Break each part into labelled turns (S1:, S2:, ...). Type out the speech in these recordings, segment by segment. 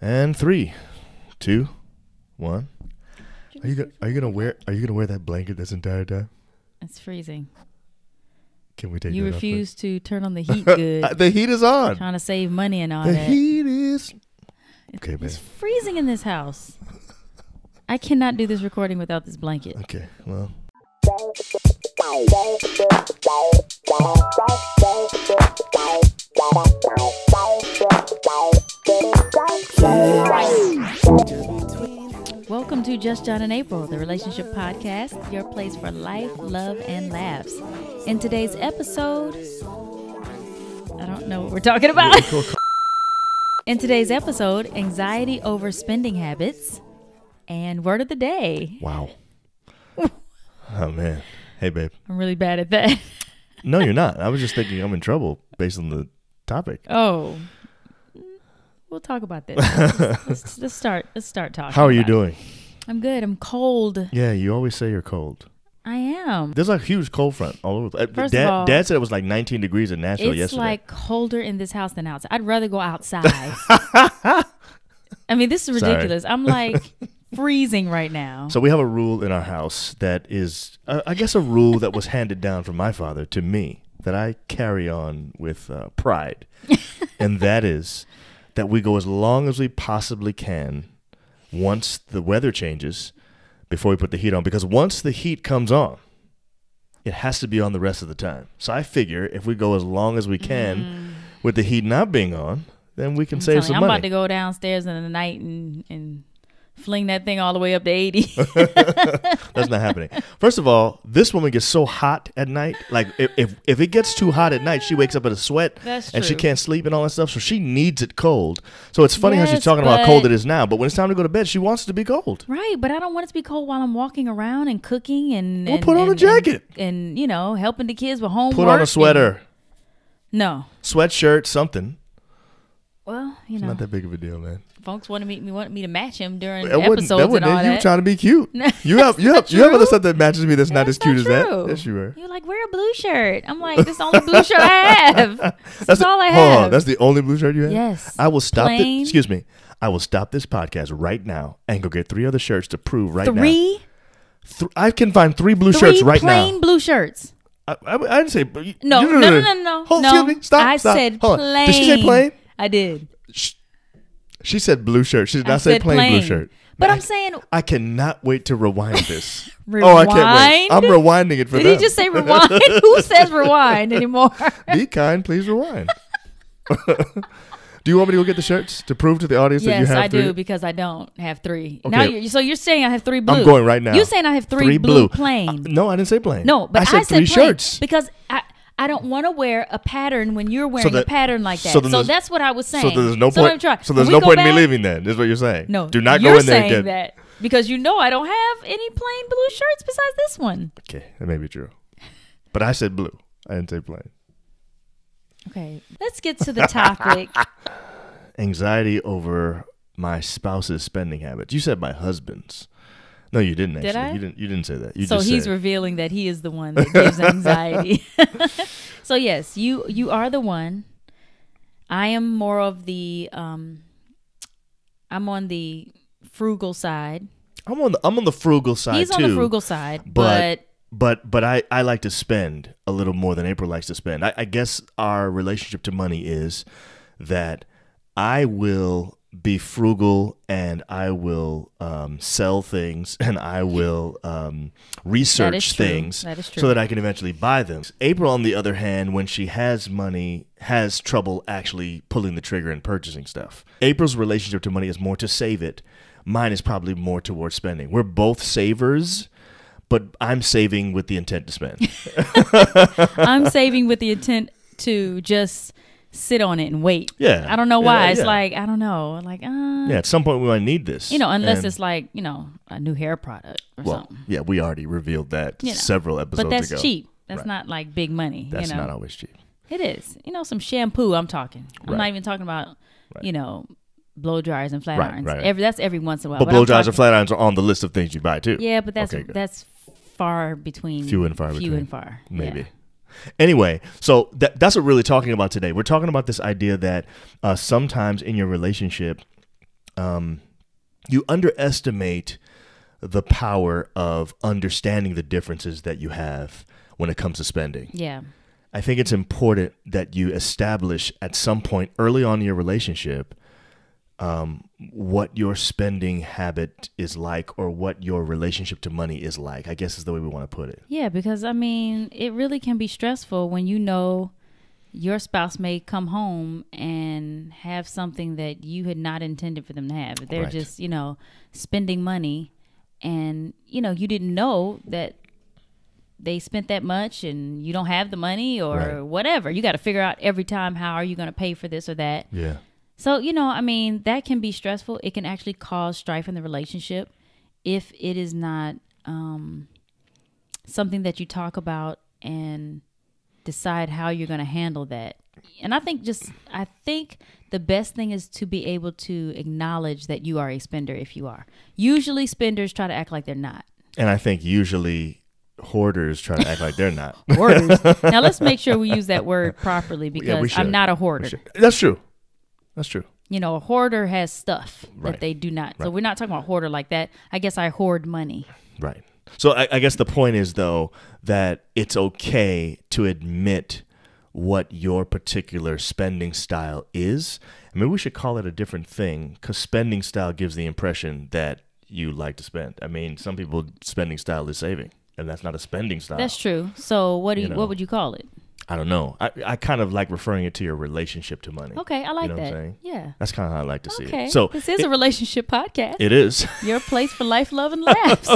S1: And three, two, one. Are you gonna, are you gonna wear are you gonna wear that blanket this entire time?
S2: It's freezing.
S1: Can we take
S2: You
S1: that off, please?
S2: refuse to turn on the heat good.
S1: Uh, the heat is on.
S2: trying to save money and all
S1: The
S2: that.
S1: heat is okay, man.
S2: It's freezing in this house. I cannot do this recording without this blanket.
S1: Okay, well,
S2: Welcome to Just John and April, the relationship podcast, your place for life, love, and laughs. In today's episode, I don't know what we're talking about. In today's episode, anxiety over spending habits and word of the day.
S1: wow. oh man. Hey, babe.
S2: I'm really bad at that.
S1: No, you're not. I was just thinking I'm in trouble based on the topic.
S2: Oh, we'll talk about that. let's, let's- let's start. Let's start talking.
S1: How are you
S2: about it.
S1: doing?
S2: I'm good. I'm cold.
S1: Yeah, you always say you're cold.
S2: I am.
S1: There's a huge cold front all over. the-
S2: First of
S1: Dad,
S2: all-
S1: Dad said it was like 19 degrees in Nashville
S2: it's
S1: yesterday.
S2: like colder in this house than outside. I'd rather go outside. I mean, this is
S1: Sorry.
S2: ridiculous. I'm like freezing right now.
S1: So we have a rule in our house that is, uh, I guess, a rule that was handed down from my father to me that I carry on with uh, pride, and that is that we go as long as we possibly can once the weather changes before we put the heat on because once the heat comes on it has to be on the rest of the time so i figure if we go as long as we can with the heat not being on then we can
S2: Mm. I'm, telling
S1: save some
S2: you, I'm
S1: money
S2: about to go downstairs in the night and and fling that thing all the way up to 80.
S1: That's not happening. First of all, this woman gets so hot at night. Like if if, if it gets too hot at night, she wakes up in a sweat
S2: That's
S1: and she
S2: true.
S1: can't sleep and all that stuff. So she needs it cold. So it's funny how she's
S2: Yes,
S1: talking about how cold
S2: but-
S1: it is now, but when it's time to go to bed, she wants it to be cold.
S2: right, but I don't want it to be cold while I'm walking around and cooking and
S1: Well,
S2: and-
S1: put on a
S2: and- and-
S1: jacket.
S2: and, you know helping the kids with homework.
S1: Put on a
S2: and-
S1: sweater,
S2: no.
S1: sweatshirt, something.
S2: Well, you
S1: It's
S2: know,
S1: not that big of a deal, man.
S2: folks wanted me, me wanted me to match him during
S1: That wouldn't,
S2: episodes
S1: that wouldn't
S2: and all
S1: you
S2: that.
S1: trying to be cute.
S2: No,
S1: You have you have
S2: that's
S1: you have
S2: true.
S1: other stuff that matches me that's not as
S2: That's
S1: cute as that.
S2: true.
S1: Yes, you were.
S2: You're like, wear a blue shirt. I'm like, this is the only blue shirt I have. That's,
S1: That's the-
S2: all I
S1: hold on,
S2: have.
S1: that's the only blue shirt you have.
S2: Yes.
S1: I will stop. The,
S2: Plain.
S1: excuse me. I will stop this podcast right now and go get three other shirts to prove right now.
S2: three,
S1: Th- I can find three blue
S2: three
S1: shirts right
S2: plain
S1: now.
S2: blue shirts.
S1: I, I, I didn't say you-
S2: No,
S1: you-
S2: no, no, no, no.
S1: Hold,
S2: no.
S1: Excuse me. Stop.
S2: I
S1: stop.
S2: said
S1: Hold
S2: plain.
S1: On. Did she say plain?
S2: I did.
S1: She said blue shirt. She did
S2: I
S1: not say
S2: said
S1: plain,
S2: plain.
S1: blue shirt.
S2: But
S1: Man,
S2: I'm saying,
S1: I cannot wait to rewind this. Oh, I can't wait.
S2: Rewind?
S1: I'm rewinding it for
S2: did
S1: them.
S2: he just say rewind? Who says rewind anymore?
S1: Be kind, please rewind. do you want me to go get the shirts to prove to the audience that you
S2: yes,
S1: have
S2: I
S1: three?
S2: do because I don't have three. Now,
S1: Okay.
S2: you're, so you're saying I have three blue?
S1: I'm going right now.
S2: You're saying I have three, blue, plain?
S1: Uh, no, I didn't say plain.
S2: No, but I said,
S1: three
S2: plain
S1: shirts.
S2: because I I don't want to wear a pattern when you're wearing
S1: that-
S2: a pattern like that.
S1: so
S2: So,
S1: then there's-
S2: that's what I was
S1: So
S2: saying.
S1: there's no
S2: what I'm
S1: point.
S2: trying-
S1: So there's
S2: when
S1: no
S2: we go
S1: point in
S2: back-
S1: me leaving. Then is what you're saying.
S2: No,
S1: do not
S2: you're
S1: go in there
S2: saying
S1: and get.
S2: that because you know I don't have any plain blue shirts besides this one.
S1: Okay, that may be true, but I said blue. I didn't say plain.
S2: Okay, let's get to the topic.
S1: Anxiety over my spouse's spending habits. You said my husband's. No, you didn't. Actually,
S2: Did I?
S1: you didn't. You didn't say that. You
S2: so
S1: just
S2: he's
S1: said,
S2: revealing that he is the one that gives anxiety. so yes, you you are the one. I am more of the um, I'm on the frugal side.
S1: I'm on the I'm on the frugal side
S2: He's
S1: too.
S2: on the frugal side,
S1: but-
S2: but
S1: but but I, I like to spend a little more than April likes to spend. I, I guess our relationship to money is that I will be frugal and I will um, sell things and I will um, research
S2: true.
S1: things
S2: That is
S1: so
S2: true.
S1: that I can eventually buy them. April, on the other hand, when she has money, has trouble actually pulling the trigger and purchasing stuff. April's relationship to money is more to save it. Mine is probably more towards spending. We're both savers, but I'm saving with the intent to spend.
S2: I'm saving with the intent to just sit on it and wait.
S1: Yeah.
S2: I don't know
S1: Yeah,
S2: why. it's
S1: yeah.
S2: like I don't know. Like uh,
S1: yeah, at some point we might need this.
S2: you know, unless
S1: And-
S2: it's like you know a new hair product or
S1: well,
S2: something.
S1: yeah, we already revealed that
S2: You know,
S1: several episodes
S2: But that's
S1: ago.
S2: cheap. That's
S1: Right.
S2: not like big money.
S1: That's
S2: you know,
S1: not always cheap.
S2: it is. You know, some shampoo. I'm talking. I'm
S1: Right.
S2: not even talking about
S1: Right.
S2: you know blow dryers and flat
S1: Right,
S2: irons.
S1: right, right.
S2: Every that's every once in a while.
S1: But blow dryers
S2: Oh, I'm
S1: and flat irons are on the list of things you buy too.
S2: talking- Yeah, but that's
S1: Okay, good.
S2: that's far between.
S1: Few and far
S2: Few
S1: between.
S2: and far. Yeah.
S1: maybe. Anyway, so that, that's what we're really talking about today. We're talking about this idea that uh, sometimes in your relationship, um, you underestimate the power of understanding the differences that you have when it comes to spending.
S2: Yeah.
S1: I think it's important that you establish at some point early on in your relationship um, what your spending habit is like or what your relationship to money is like, I guess is the way we want to put it.
S2: Yeah, because I mean, it really can be stressful when you know your spouse may come home and have something that you had not intended for them to have. They're
S1: Right.
S2: just, you know, spending money and, you know, you didn't know that they spent that much and you don't have the money or
S1: Right.
S2: whatever. You got to figure out every time how are you going to pay for this or that.
S1: Yeah.
S2: So, you know, I mean, that can be stressful. It can actually cause strife in the relationship if it is not um, something that you talk about and decide how you're going to handle that. And I think just, I think the best thing is to be able to acknowledge that you are a spender if you are. Usually, spenders try to act like they're not.
S1: And I think usually hoarders try to act like they're not.
S2: Hoarders. now, let's make sure we use that word properly because
S1: should.
S2: I'm not a hoarder.
S1: That's true. That's true.
S2: you know, a hoarder has stuff
S1: Right.
S2: that they do not. So we're not talking about hoarder like that. I guess I hoard money.
S1: Right. So I, I guess the point is though that it's okay to admit what your particular spending style is. Maybe we should call it a different thing because spending style gives the impression that you like to spend. I mean, some people spending style is saving, and that's not a spending style.
S2: That's true. So what do you,
S1: Oh. You know.
S2: what would you call it?
S1: I don't know. I, I kind of like referring it to your relationship to money.
S2: Okay, I like
S1: know what I'm
S2: that.
S1: saying?
S2: Yeah.
S1: That's kind of how I like to see
S2: Okay.
S1: it. So
S2: this is a
S1: it-
S2: relationship podcast.
S1: it Um, is.
S2: your place for life, love, and laughs.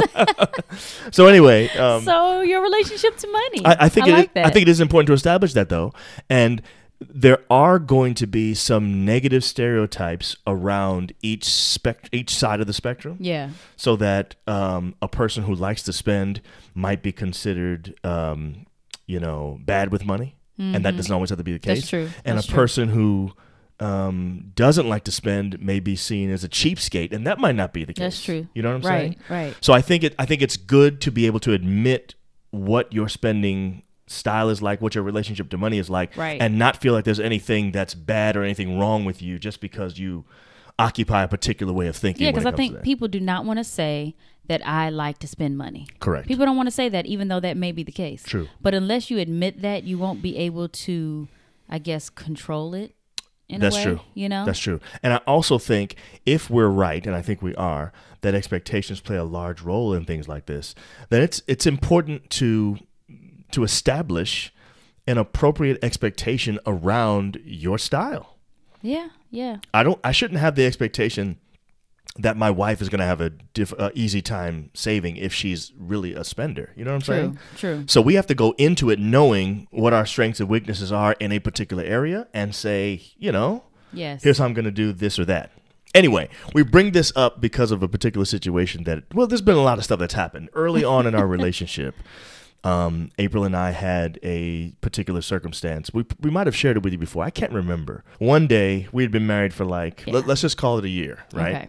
S1: So anyway, um,
S2: so your relationship to money.
S1: I, I think it,
S2: like that.
S1: I think it is important to establish that though, and there are going to be some negative stereotypes around each spec each side of the spectrum,
S2: yeah.
S1: so that um, a person who likes to spend might be considered, um, you know, bad with money, and that doesn't always have to be the case.
S2: Mm-hmm. That's true.
S1: And
S2: That's
S1: a
S2: true.
S1: person who um, doesn't like to spend may be seen as a cheapskate, and that might not be the case.
S2: That's true.
S1: You know what I'm saying?
S2: Right, right.
S1: So I think it I think it's good to be able to admit what your spending style is like, what your relationship to money is like,
S2: Right.
S1: and not feel like there's anything that's bad or anything wrong with you just because you occupy a particular way of thinking.
S2: Yeah,
S1: when
S2: because
S1: it
S2: I
S1: comes to
S2: think
S1: that.
S2: people do not want to say that I like to spend money.
S1: correct.
S2: People don't want to say that, even though that may be the case.
S1: True.
S2: But unless you admit that, you won't be able to, I guess, control it. In
S1: That's
S2: a way,
S1: true.
S2: You know.
S1: That's true. And I also think if we're right, and I think we are, that expectations play a large role in things like this, then it's it's important to to establish an appropriate expectation around your style.
S2: yeah. Yeah.
S1: I don't. I shouldn't have the expectation that my wife is going to have a diff, uh, easy time saving if she's really a spender. You know what I'm
S2: True.
S1: saying?
S2: True.
S1: So we have to go into it knowing what our strengths and weaknesses are in a particular area, and say, you know,
S2: Yes.
S1: here's how I'm going to do this or that. Anyway, we bring this up because of a particular situation that, well, there's been a lot of stuff that's happened early on in our relationship. Um, April and I had a particular circumstance. We, we might have shared it with you before. I can't remember. One day, we had been married for like,
S2: Yeah.
S1: let, let's just call it a year, right?
S2: Okay.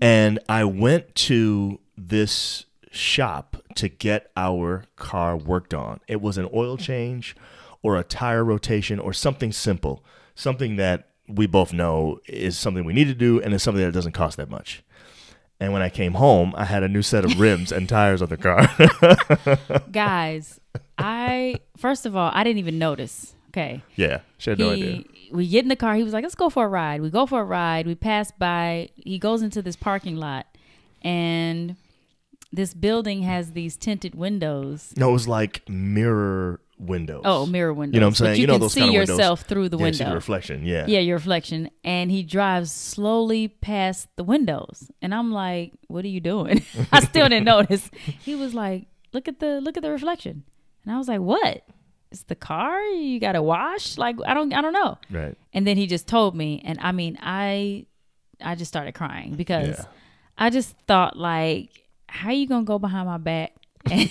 S1: And I went to this shop to get our car worked on. It was an oil change or a tire rotation or something simple, something that we both know is something we need to do and is something that doesn't cost that much. And when I came home, I had a new set of rims and tires on the car.
S2: Guys, I first of all, I didn't even notice. Okay.
S1: yeah, she had no idea.
S2: he, we get in the car. He was like, "Let's go for a ride." We go for a ride. We pass by. He goes into this parking lot, and this building has these tinted windows.
S1: No, it was like mirror windows.
S2: Oh, mirror windows.
S1: you know what I'm
S2: But
S1: saying?
S2: you,
S1: You know
S2: can
S1: those
S2: see
S1: kind of windows.
S2: yourself through the
S1: yeah, see the
S2: window.
S1: reflection. Yeah.
S2: yeah, your reflection. And he drives slowly past the windows. And I'm like, what are you doing? I still didn't notice. He was like, look at the look at the reflection. And I was like, what? It's the car? You got to wash? Like I don't I don't know.
S1: Right.
S2: And then he just told me and I mean, I I just started crying because
S1: Yeah.
S2: I just thought like how you going to go behind my back and,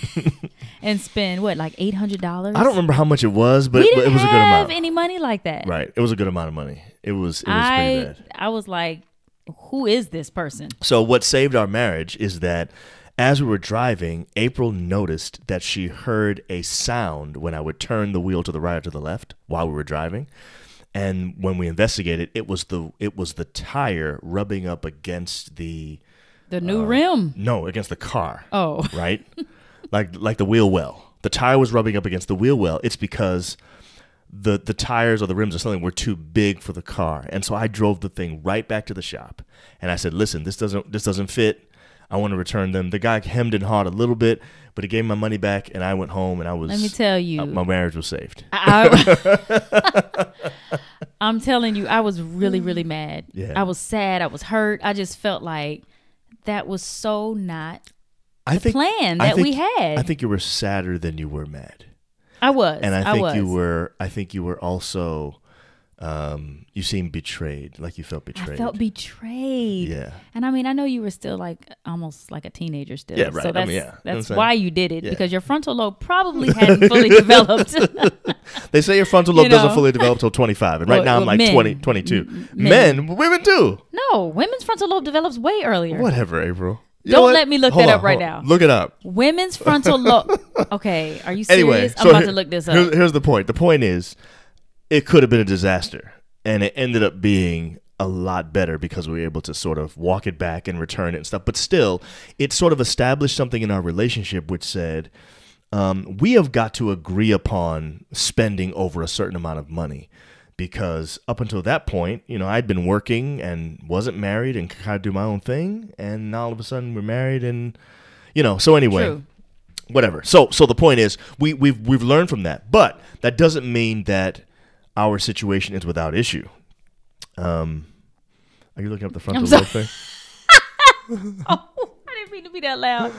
S2: and spend what like $800?
S1: I don't remember how much it was, but
S2: we
S1: it,
S2: didn't
S1: it was a good
S2: have
S1: amount.
S2: any money like that.
S1: Right. It was a good amount of money. It was it was pretty
S2: I
S1: bad.
S2: I was like, who is this person?
S1: So what saved our marriage is that as we were driving, April noticed that she heard a sound when I would turn the wheel to the right or to the left while we were driving. And when we investigated, it was the it was the tire rubbing up against the
S2: The
S1: Uh,
S2: new rim.
S1: no against the car,
S2: Oh.
S1: right? like like the wheel well. The tire was rubbing up against the wheel well. It's because the the tires or the rims or something were too big for the car. And so I drove the thing right back to the shop and I said, "Listen, this doesn't this doesn't fit. I want to return them." The guy hemmed and hawed a little bit, but he gave me my money back and I went home and I was
S2: Let me tell you.
S1: uh, my marriage was saved.
S2: I- I'm telling you, I was really, really mad.
S1: Mm. Yeah.
S2: I was sad. I was hurt. I just felt like that was so not
S1: I think
S2: plan
S1: I
S2: that we
S1: think-
S2: had.
S1: I think you were sadder than you were mad.
S2: I was.
S1: and I
S2: I,
S1: think
S2: was.
S1: you were. I think you were also. Um, you seemed betrayed, like you felt betrayed.
S2: I felt betrayed.
S1: yeah,
S2: And I mean, I know you were still like almost like a teenager still.
S1: Yeah, right.
S2: So
S1: I
S2: that's,
S1: mean, yeah. You know what I'm
S2: that's
S1: saying?
S2: why you did it
S1: Yeah.
S2: because your frontal lobe probably hadn't fully developed.
S1: they say your frontal lobe
S2: You
S1: doesn't
S2: know.
S1: fully develop till 25, and right
S2: Well,
S1: now I'm
S2: well,
S1: like
S2: men. Mm,
S1: twenty, twenty-two. 20, 22.
S2: men.
S1: Men, women too.
S2: no, women's frontal lobe develops way earlier.
S1: Whatever, April. You
S2: Don't
S1: know what?
S2: let me look
S1: Hold
S2: that
S1: on,
S2: up right
S1: hold on.
S2: now.
S1: Look it up.
S2: Women's frontal lobe. Okay, are you serious?
S1: Anyway,
S2: I'm
S1: so
S2: about
S1: here-
S2: to look this
S1: Here's,
S2: up.
S1: here's the point. The point is, it could have been a disaster, and it ended up being a lot better because we were able to sort of walk it back and return it and stuff. But still, it sort of established something in our relationship which said, um, we have got to agree upon spending over a certain amount of money because up until that point, you know, I'd been working and wasn't married and could kind of do my own thing, and now all of a sudden we're married and. You know, so anyway,
S2: True.
S1: whatever. So so the point is we we've we've learned from that, but that doesn't mean that our situation is without issue. Um, are you looking up the frontal
S2: sorry.
S1: lobe thing?
S2: Oh, I didn't mean to be that loud.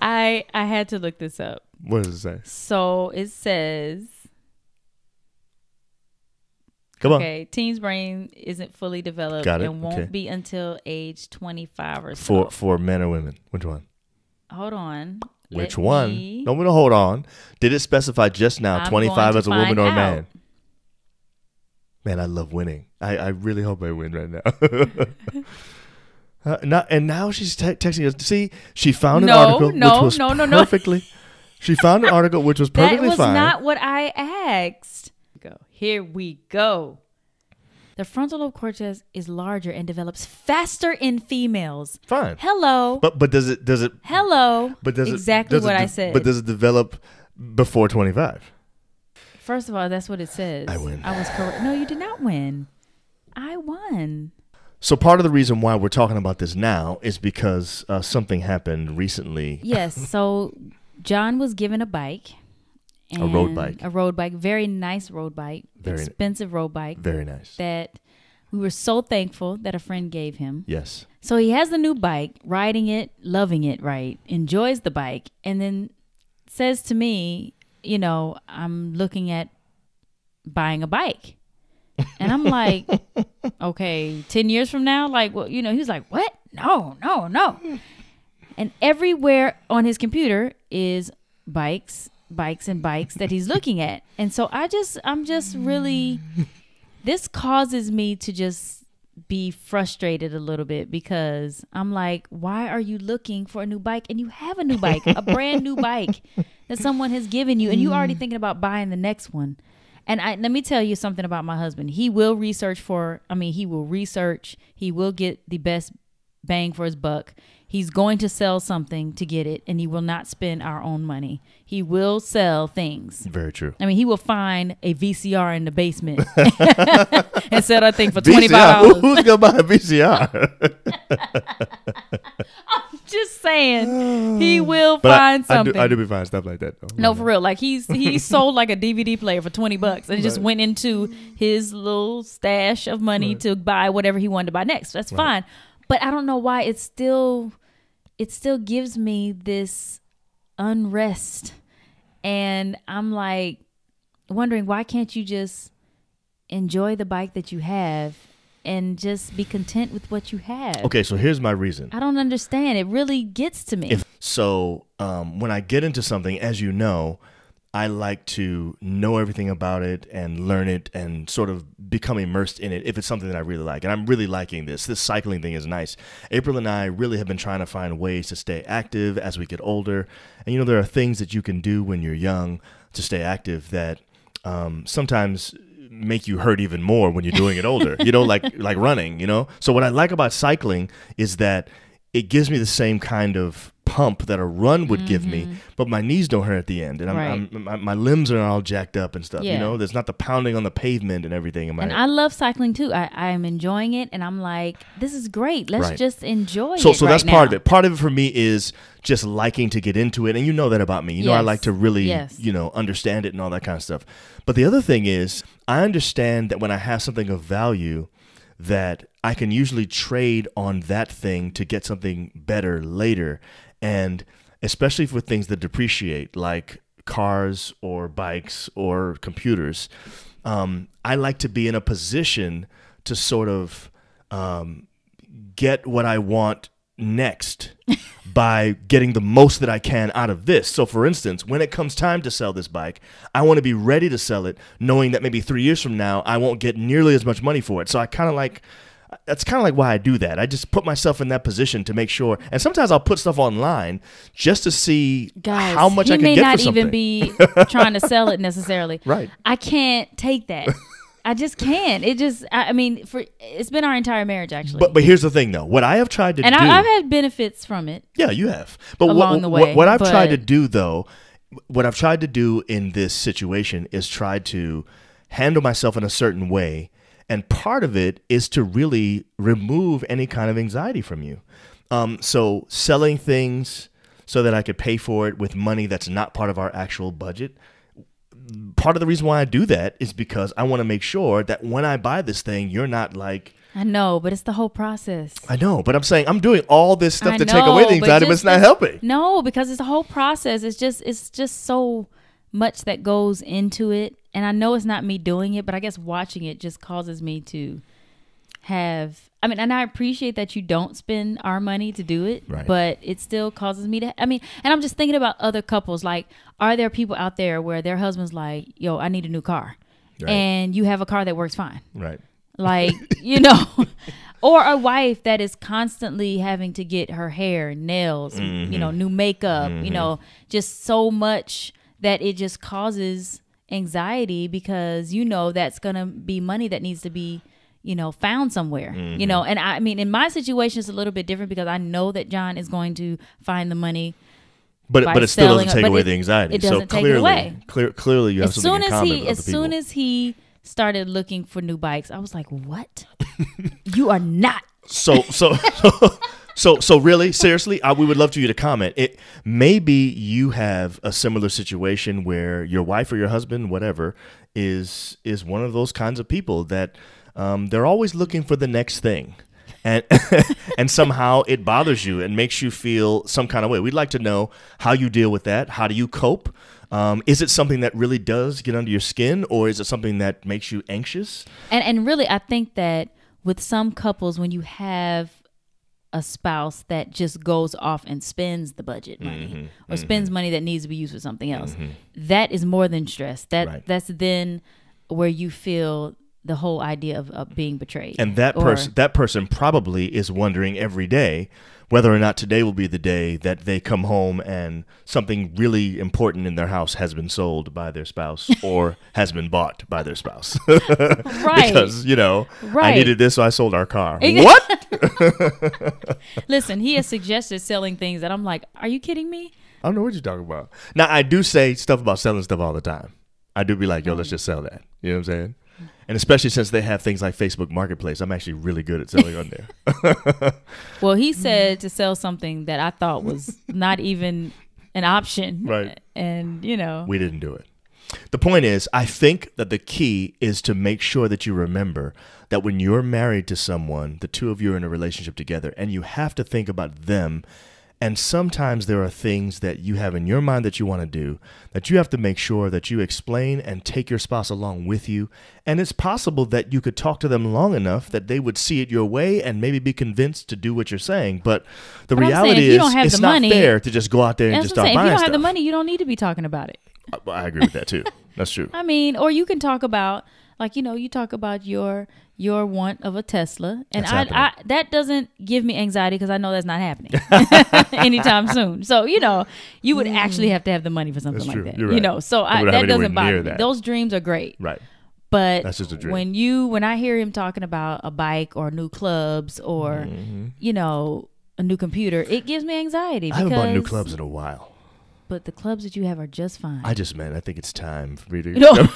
S2: I I had to look this up.
S1: What does it say?
S2: So it says,
S1: Come on,
S2: okay, teen's brain isn't fully developed
S1: Got it,
S2: and won't
S1: okay.
S2: be until age 25 or so.
S1: for for men or women, which one?
S2: Hold on.
S1: Which
S2: Let
S1: one?
S2: me-
S1: No, we don't hold on. Did it specify just now?
S2: I'm
S1: Twenty
S2: going
S1: five
S2: to
S1: as a woman
S2: find
S1: or a
S2: out.
S1: man? Man, I love winning. I, I really hope I win right now. Uh, now and now she's te- texting us. See, she found an
S2: No,
S1: article
S2: no,
S1: which was
S2: no, no, no.
S1: perfectly. She found an article which was
S2: That
S1: perfectly
S2: was
S1: fine.
S2: not what I asked. Go. Here we go. The frontal lobe cortex is larger and develops faster in females.
S1: fine.
S2: Hello.
S1: But but does it does it
S2: Hello.
S1: but does it-
S2: exactly
S1: does it
S2: what
S1: de-
S2: I said.
S1: But does it develop before twenty five?
S2: First of all, that's what it says.
S1: I win.
S2: I was correct. No, you did not win. I won.
S1: So part of the reason why we're talking about this now is because uh, something happened recently.
S2: Yes. So John was given a bike.
S1: A road
S2: and-
S1: bike.
S2: A road bike. Very nice road bike.
S1: Very-
S2: expensive road bike
S1: Very nice.
S2: that we were so thankful that a friend gave him.
S1: Yes.
S2: So he has the new bike, riding it, loving it, right? Enjoys the bike, and then says to me, you know, I'm looking at buying a bike. And I'm like, okay, 10 years from now? Like, well, you know, he was like, what? No, no, no. And everywhere on his computer is bikes, bikes, and bikes that he's looking at. And so I just, I'm just really, this causes me to just be frustrated a little bit because I'm like, why are you looking for a new bike? And you have a new bike, a brand new bike that someone has given you, and you already thinking about buying the next one. And I, let me tell you something about my husband. He will research for, I mean, he will research, he will get the best bang for his buck. He's going to sell something to get it, and he will not spend our own money. He will sell things.
S1: Very true.
S2: I mean, he will find a VCR in the basement and sell that thing for twenty
S1: VCR.
S2: five
S1: Who-
S2: dollars.
S1: Who's gonna buy a VCR?
S2: Just saying, he will
S1: But
S2: find
S1: I, I
S2: something.
S1: do, I do be fine stuff like that. Though.
S2: no, for real. Like he's he sold like a DVD player for twenty bucks, and it just went into his little stash of money to buy whatever he wanted to buy next. That's fine, but I don't know why it's still it still gives me this unrest, and I'm like wondering why can't you just enjoy the bike that you have and just be content with what you have.
S1: Okay, so here's my reason.
S2: I don't understand. It really gets to me.
S1: If so, um, when I get into something, as you know, I like to know everything about it and learn it and sort of become immersed in it if it's something that I really like. And I'm really liking this. This cycling thing is nice. April and I really have been trying to find ways to stay active as we get older. And you know, there are things that you can do when you're young to stay active that um, sometimes make you hurt even more when you're doing it older. you know, like like running. You know. So what I like about cycling is that it gives me the same kind of pump that a run would give me, but my knees don't hurt at the end, and I'm,
S2: Mm-hmm. Right.
S1: I'm, my, my limbs are all jacked up and stuff. You
S2: Yeah.
S1: know, there's not the pounding on the pavement and everything. In my
S2: And I love cycling too. I, I'm enjoying it, and I'm like, this is great. Let's
S1: Right.
S2: just enjoy
S1: so
S2: it.
S1: so
S2: right
S1: that's part of
S2: now.
S1: it. Part of it for me is just liking to get into it, and you know that about me. You know I
S2: Yes.
S1: like to really
S2: Yes.
S1: you know understand it and all that kind of stuff. But the other thing is, I understand that when I have something of value, that I can usually trade on that thing to get something better later, and especially with things that depreciate, like cars or bikes or computers. Um, I like to be in a position to sort of um, get what I want next by getting the most that I can out of this. So, for instance, when it comes time to sell this bike, I want to be ready to sell it, knowing that maybe three years from now I won't get nearly as much money for it. So, I kind of like that's kind of like why I do that. I just put myself in that position to make sure. And sometimes I'll put stuff online just to see
S2: Guys,
S1: how much
S2: he
S1: I can
S2: may
S1: get
S2: not
S1: for something.
S2: even be trying to sell it necessarily.
S1: Right.
S2: I can't take that. I just can't. It just. I, I mean, for it's been our entire marriage actually,
S1: but but here's the thing though. What I have tried to
S2: and
S1: do
S2: I, I've had benefits from it.
S1: Yeah, you have. But what,
S2: Along the
S1: what,
S2: way,
S1: what I've tried to
S2: but-
S1: do though, what I've tried to do in this situation is try to handle myself in a certain way, and part of it is to really remove any kind of anxiety from you. Um, so selling things so that I could pay for it with money that's not part of our actual budget part of the reason why I do that is because I want to make sure that when I buy this thing, you're not like,
S2: I know, but it's the whole process.
S1: I know, but I'm saying I'm doing all this stuff
S2: I
S1: to take away the
S2: know, but
S1: anxiety, but
S2: just
S1: it's not
S2: the-
S1: helping.
S2: No, because it's a whole process. It's just it's just so much that goes into it. And I know it's not me doing it, but I guess watching it just causes me to have I mean, and I appreciate that you don't spend our money to do it,
S1: Right.
S2: but it still causes me to I mean, and I'm just thinking about other couples like are there people out there where their husband's like, "Yo, I need a new car."
S1: Right.
S2: And you have a car that works fine
S1: Right.
S2: like you know or a wife that is constantly having to get her hair nails you
S1: Mm-hmm.
S2: know new makeup you know just so much that it just causes anxiety because you know that's going to be money that needs to be you know found somewhere you know
S1: Mm-hmm.
S2: and i I mean in my situation it's a little bit different because i know that john is going to find the money
S1: But
S2: by
S1: but it still
S2: selling
S1: doesn't
S2: it,
S1: take
S2: but
S1: away
S2: it-
S1: the anxiety.
S2: it
S1: so
S2: doesn't take it
S1: clearly,
S2: away.
S1: Clear, clearly, you have
S2: as
S1: something
S2: soon
S1: in
S2: as
S1: common
S2: he
S1: with
S2: as
S1: other people.
S2: soon as he started looking for new bikes i was like what you are not
S1: so so so so, so really seriously, I, we would love for you to comment. It maybe you have a similar situation where your wife or your husband, whatever, is is one of those kinds of people that um, they're always looking for the next thing. And, and somehow it bothers you and makes you feel some kind of way. We'd like to know how you deal with that. How do you cope? Um, is it something that really does get under your skin, or is it something that makes you anxious?
S2: And and really I think that with some couples when you have a spouse that just goes off and spends the budget money
S1: Mm-hmm.
S2: or spends money that needs to be used for something else, that is more than stress. That
S1: Right.
S2: that's then where you feel the whole idea of, of being betrayed.
S1: And that
S2: Or-
S1: person that person probably is wondering every day whether or not today will be the day that they come home and something really important in their house has been sold by their spouse or has been bought by their spouse.
S2: right.
S1: because, you know, I
S2: Right.
S1: needed this so I sold our car. what?
S2: Listen, he has suggested selling things that I'm like, Are you kidding me?
S1: I don't know what you're talking about. Now I do say stuff about selling stuff all the time. I do be like, yo, let's just sell that. You know what I'm saying? And especially since they have things like Facebook Marketplace, I'm actually really good at selling on there.
S2: Well, he
S1: Mm-hmm.
S2: said to sell something that I thought was not even an option.
S1: Right.
S2: And you know
S1: We didn't do it. The point is, I think that the key is to make sure that you remember that when you're married to someone, the two of you are in a relationship together, and you have to think about them. And sometimes there are things that you have in your mind that you want to do that you have to make sure that you explain and take your spouse along with you. And it's possible that you could talk to them long enough that they would see it your way and maybe be convinced to do what you're saying. But the
S2: But I'm saying,
S1: reality
S2: if you
S1: is,
S2: don't have
S1: it's
S2: the
S1: not
S2: money-
S1: fair to just go out there and
S2: That's
S1: just
S2: what
S1: start
S2: I'm saying. If you
S1: buying
S2: don't
S1: stuff.
S2: have the money, you don't need to be talking about it.
S1: I, I agree with that too. That's true.
S2: I mean, or you can talk about like you know, you talk about your your want of a Tesla, and
S1: That's
S2: I,
S1: happening.
S2: I that doesn't give me anxiety because I know that's not happening anytime soon. So you know, you would actually have to have the money for something
S1: That's
S2: like
S1: true.
S2: that.
S1: You're
S2: You
S1: right.
S2: know, so
S1: I
S2: I,
S1: wouldn't have
S2: that
S1: anywhere
S2: doesn't bother
S1: near
S2: me.
S1: that.
S2: Those dreams are great,
S1: Right.
S2: But
S1: That's just a dream.
S2: when you when I hear him talking about a bike or new clubs or you know a new computer, it gives me anxiety.
S1: Mm-hmm. I haven't bought new
S2: because-
S1: clubs in a while.
S2: but the clubs that you have are just fine.
S1: I just meant I think it's time for me to.
S2: you know,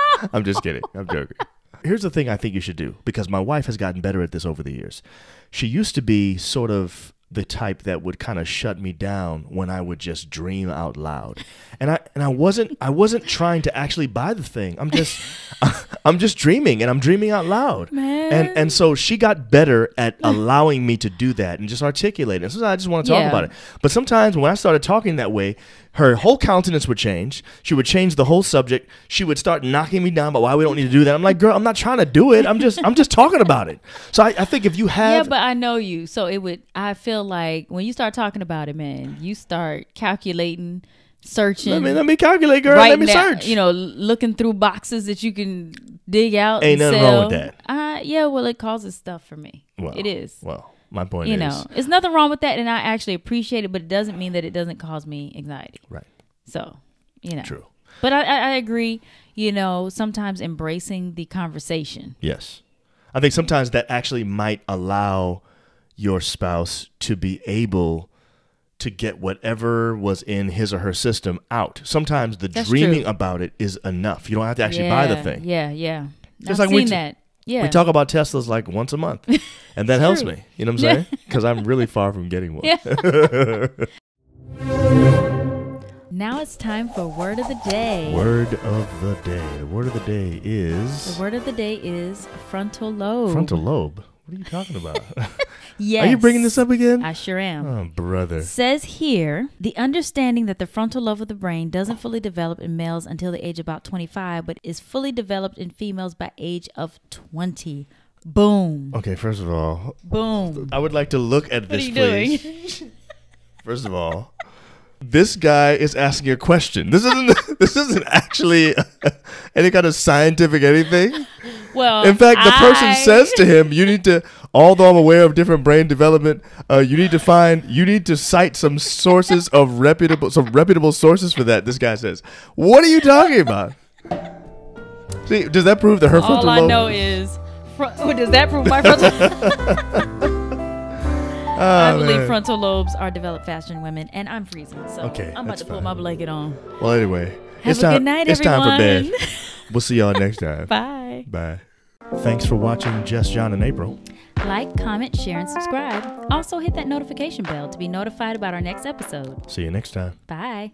S1: I'm just kidding. I'm joking. Here's the thing I think you should do because my wife has gotten better at this over the years. She used to be sort of the type that would kind of shut me down when I would just dream out loud. And I and I wasn't I wasn't trying to actually buy the thing. I'm just I'm just dreaming and I'm dreaming out loud. And and so she got better at allowing me to do that and just articulate it. Sometimes I just want to talk
S2: Yeah.
S1: about it. But sometimes when I started talking that way, her whole countenance would change. She would change the whole subject. She would start knocking me down about why we don't need to do that. I'm like, girl, I'm not trying to do it. I'm just I'm just talking about it. So I, I think if you
S2: yeah,
S1: have
S2: but I know you, so it would. I feel like when you start talking about it, man, you start calculating, searching.
S1: let me let me calculate, girl.
S2: right
S1: let me
S2: now,
S1: search.
S2: You know, l- looking through boxes that you can dig out.
S1: Ain't
S2: and
S1: nothing wrong with
S2: sell.
S1: that.
S2: Uh, yeah, well, it causes stuff for me.
S1: Well,
S2: it is.
S1: Well, my point
S2: you
S1: is
S2: know, it's nothing wrong with that, and I actually appreciate it, but it doesn't mean that it doesn't cause me anxiety.
S1: right.
S2: So, you know,
S1: True.
S2: But I, I, I agree. You know, sometimes embracing the conversation.
S1: Yes. I think sometimes that actually might allow your spouse to be able to get whatever was in his or her system out. Sometimes the
S2: That's
S1: dreaming
S2: true.
S1: about it is enough. You don't have to actually buy the
S2: Yeah,
S1: thing.
S2: Yeah, yeah.
S1: Just
S2: I've
S1: like we
S2: seen
S1: t-
S2: that. Yeah.
S1: We talk about Teslas like once a month, and that helps me. You know what I'm saying? Because I'm really far from getting one.
S2: Yeah. now it's time for word of the day.
S1: Word of the day. The word of the day is
S2: The word of the day is frontal lobe.
S1: frontal lobe. What are you talking about?
S2: Yes.
S1: Are you bringing this up again?
S2: I sure am.
S1: oh, brother.
S2: Says here, the understanding that the frontal lobe of the brain doesn't fully develop in males until the age of about 25, but is fully developed in females by age of 20. Boom.
S1: Okay, first of all,
S2: Boom.
S1: I would like to look at
S2: What
S1: this,
S2: are you
S1: please.
S2: doing?
S1: First of all, this guy is asking a question. This isn't. this isn't actually any kind of scientific anything.
S2: Well,
S1: In fact, the person
S2: Oh, I-
S1: says to him, "You need to." Although I'm aware of different brain development, uh, you need to find. You need to cite some sources of reputable, some reputable sources for that. This guy says, "What are you talking about?" See, does that prove that her
S2: All
S1: frontal
S2: I
S1: lobe?
S2: know is. Fr- oh, does that prove my frontal? I
S1: Oh,
S2: believe
S1: man.
S2: frontal lobes are developed faster in women, and I'm freezing, so
S1: Okay,
S2: I'm about
S1: that's
S2: to put
S1: fine.
S2: my blanket on.
S1: Well, anyway,
S2: Have
S1: it's
S2: a
S1: time.
S2: good night,
S1: it's
S2: everyone.
S1: time for bed. We'll see y'all next time.
S2: Bye.
S1: Bye. Thanks for watching Just John and April.
S2: Like, comment, share, and subscribe. Also, hit that notification bell to be notified about our next episode.
S1: See you next time.
S2: Bye.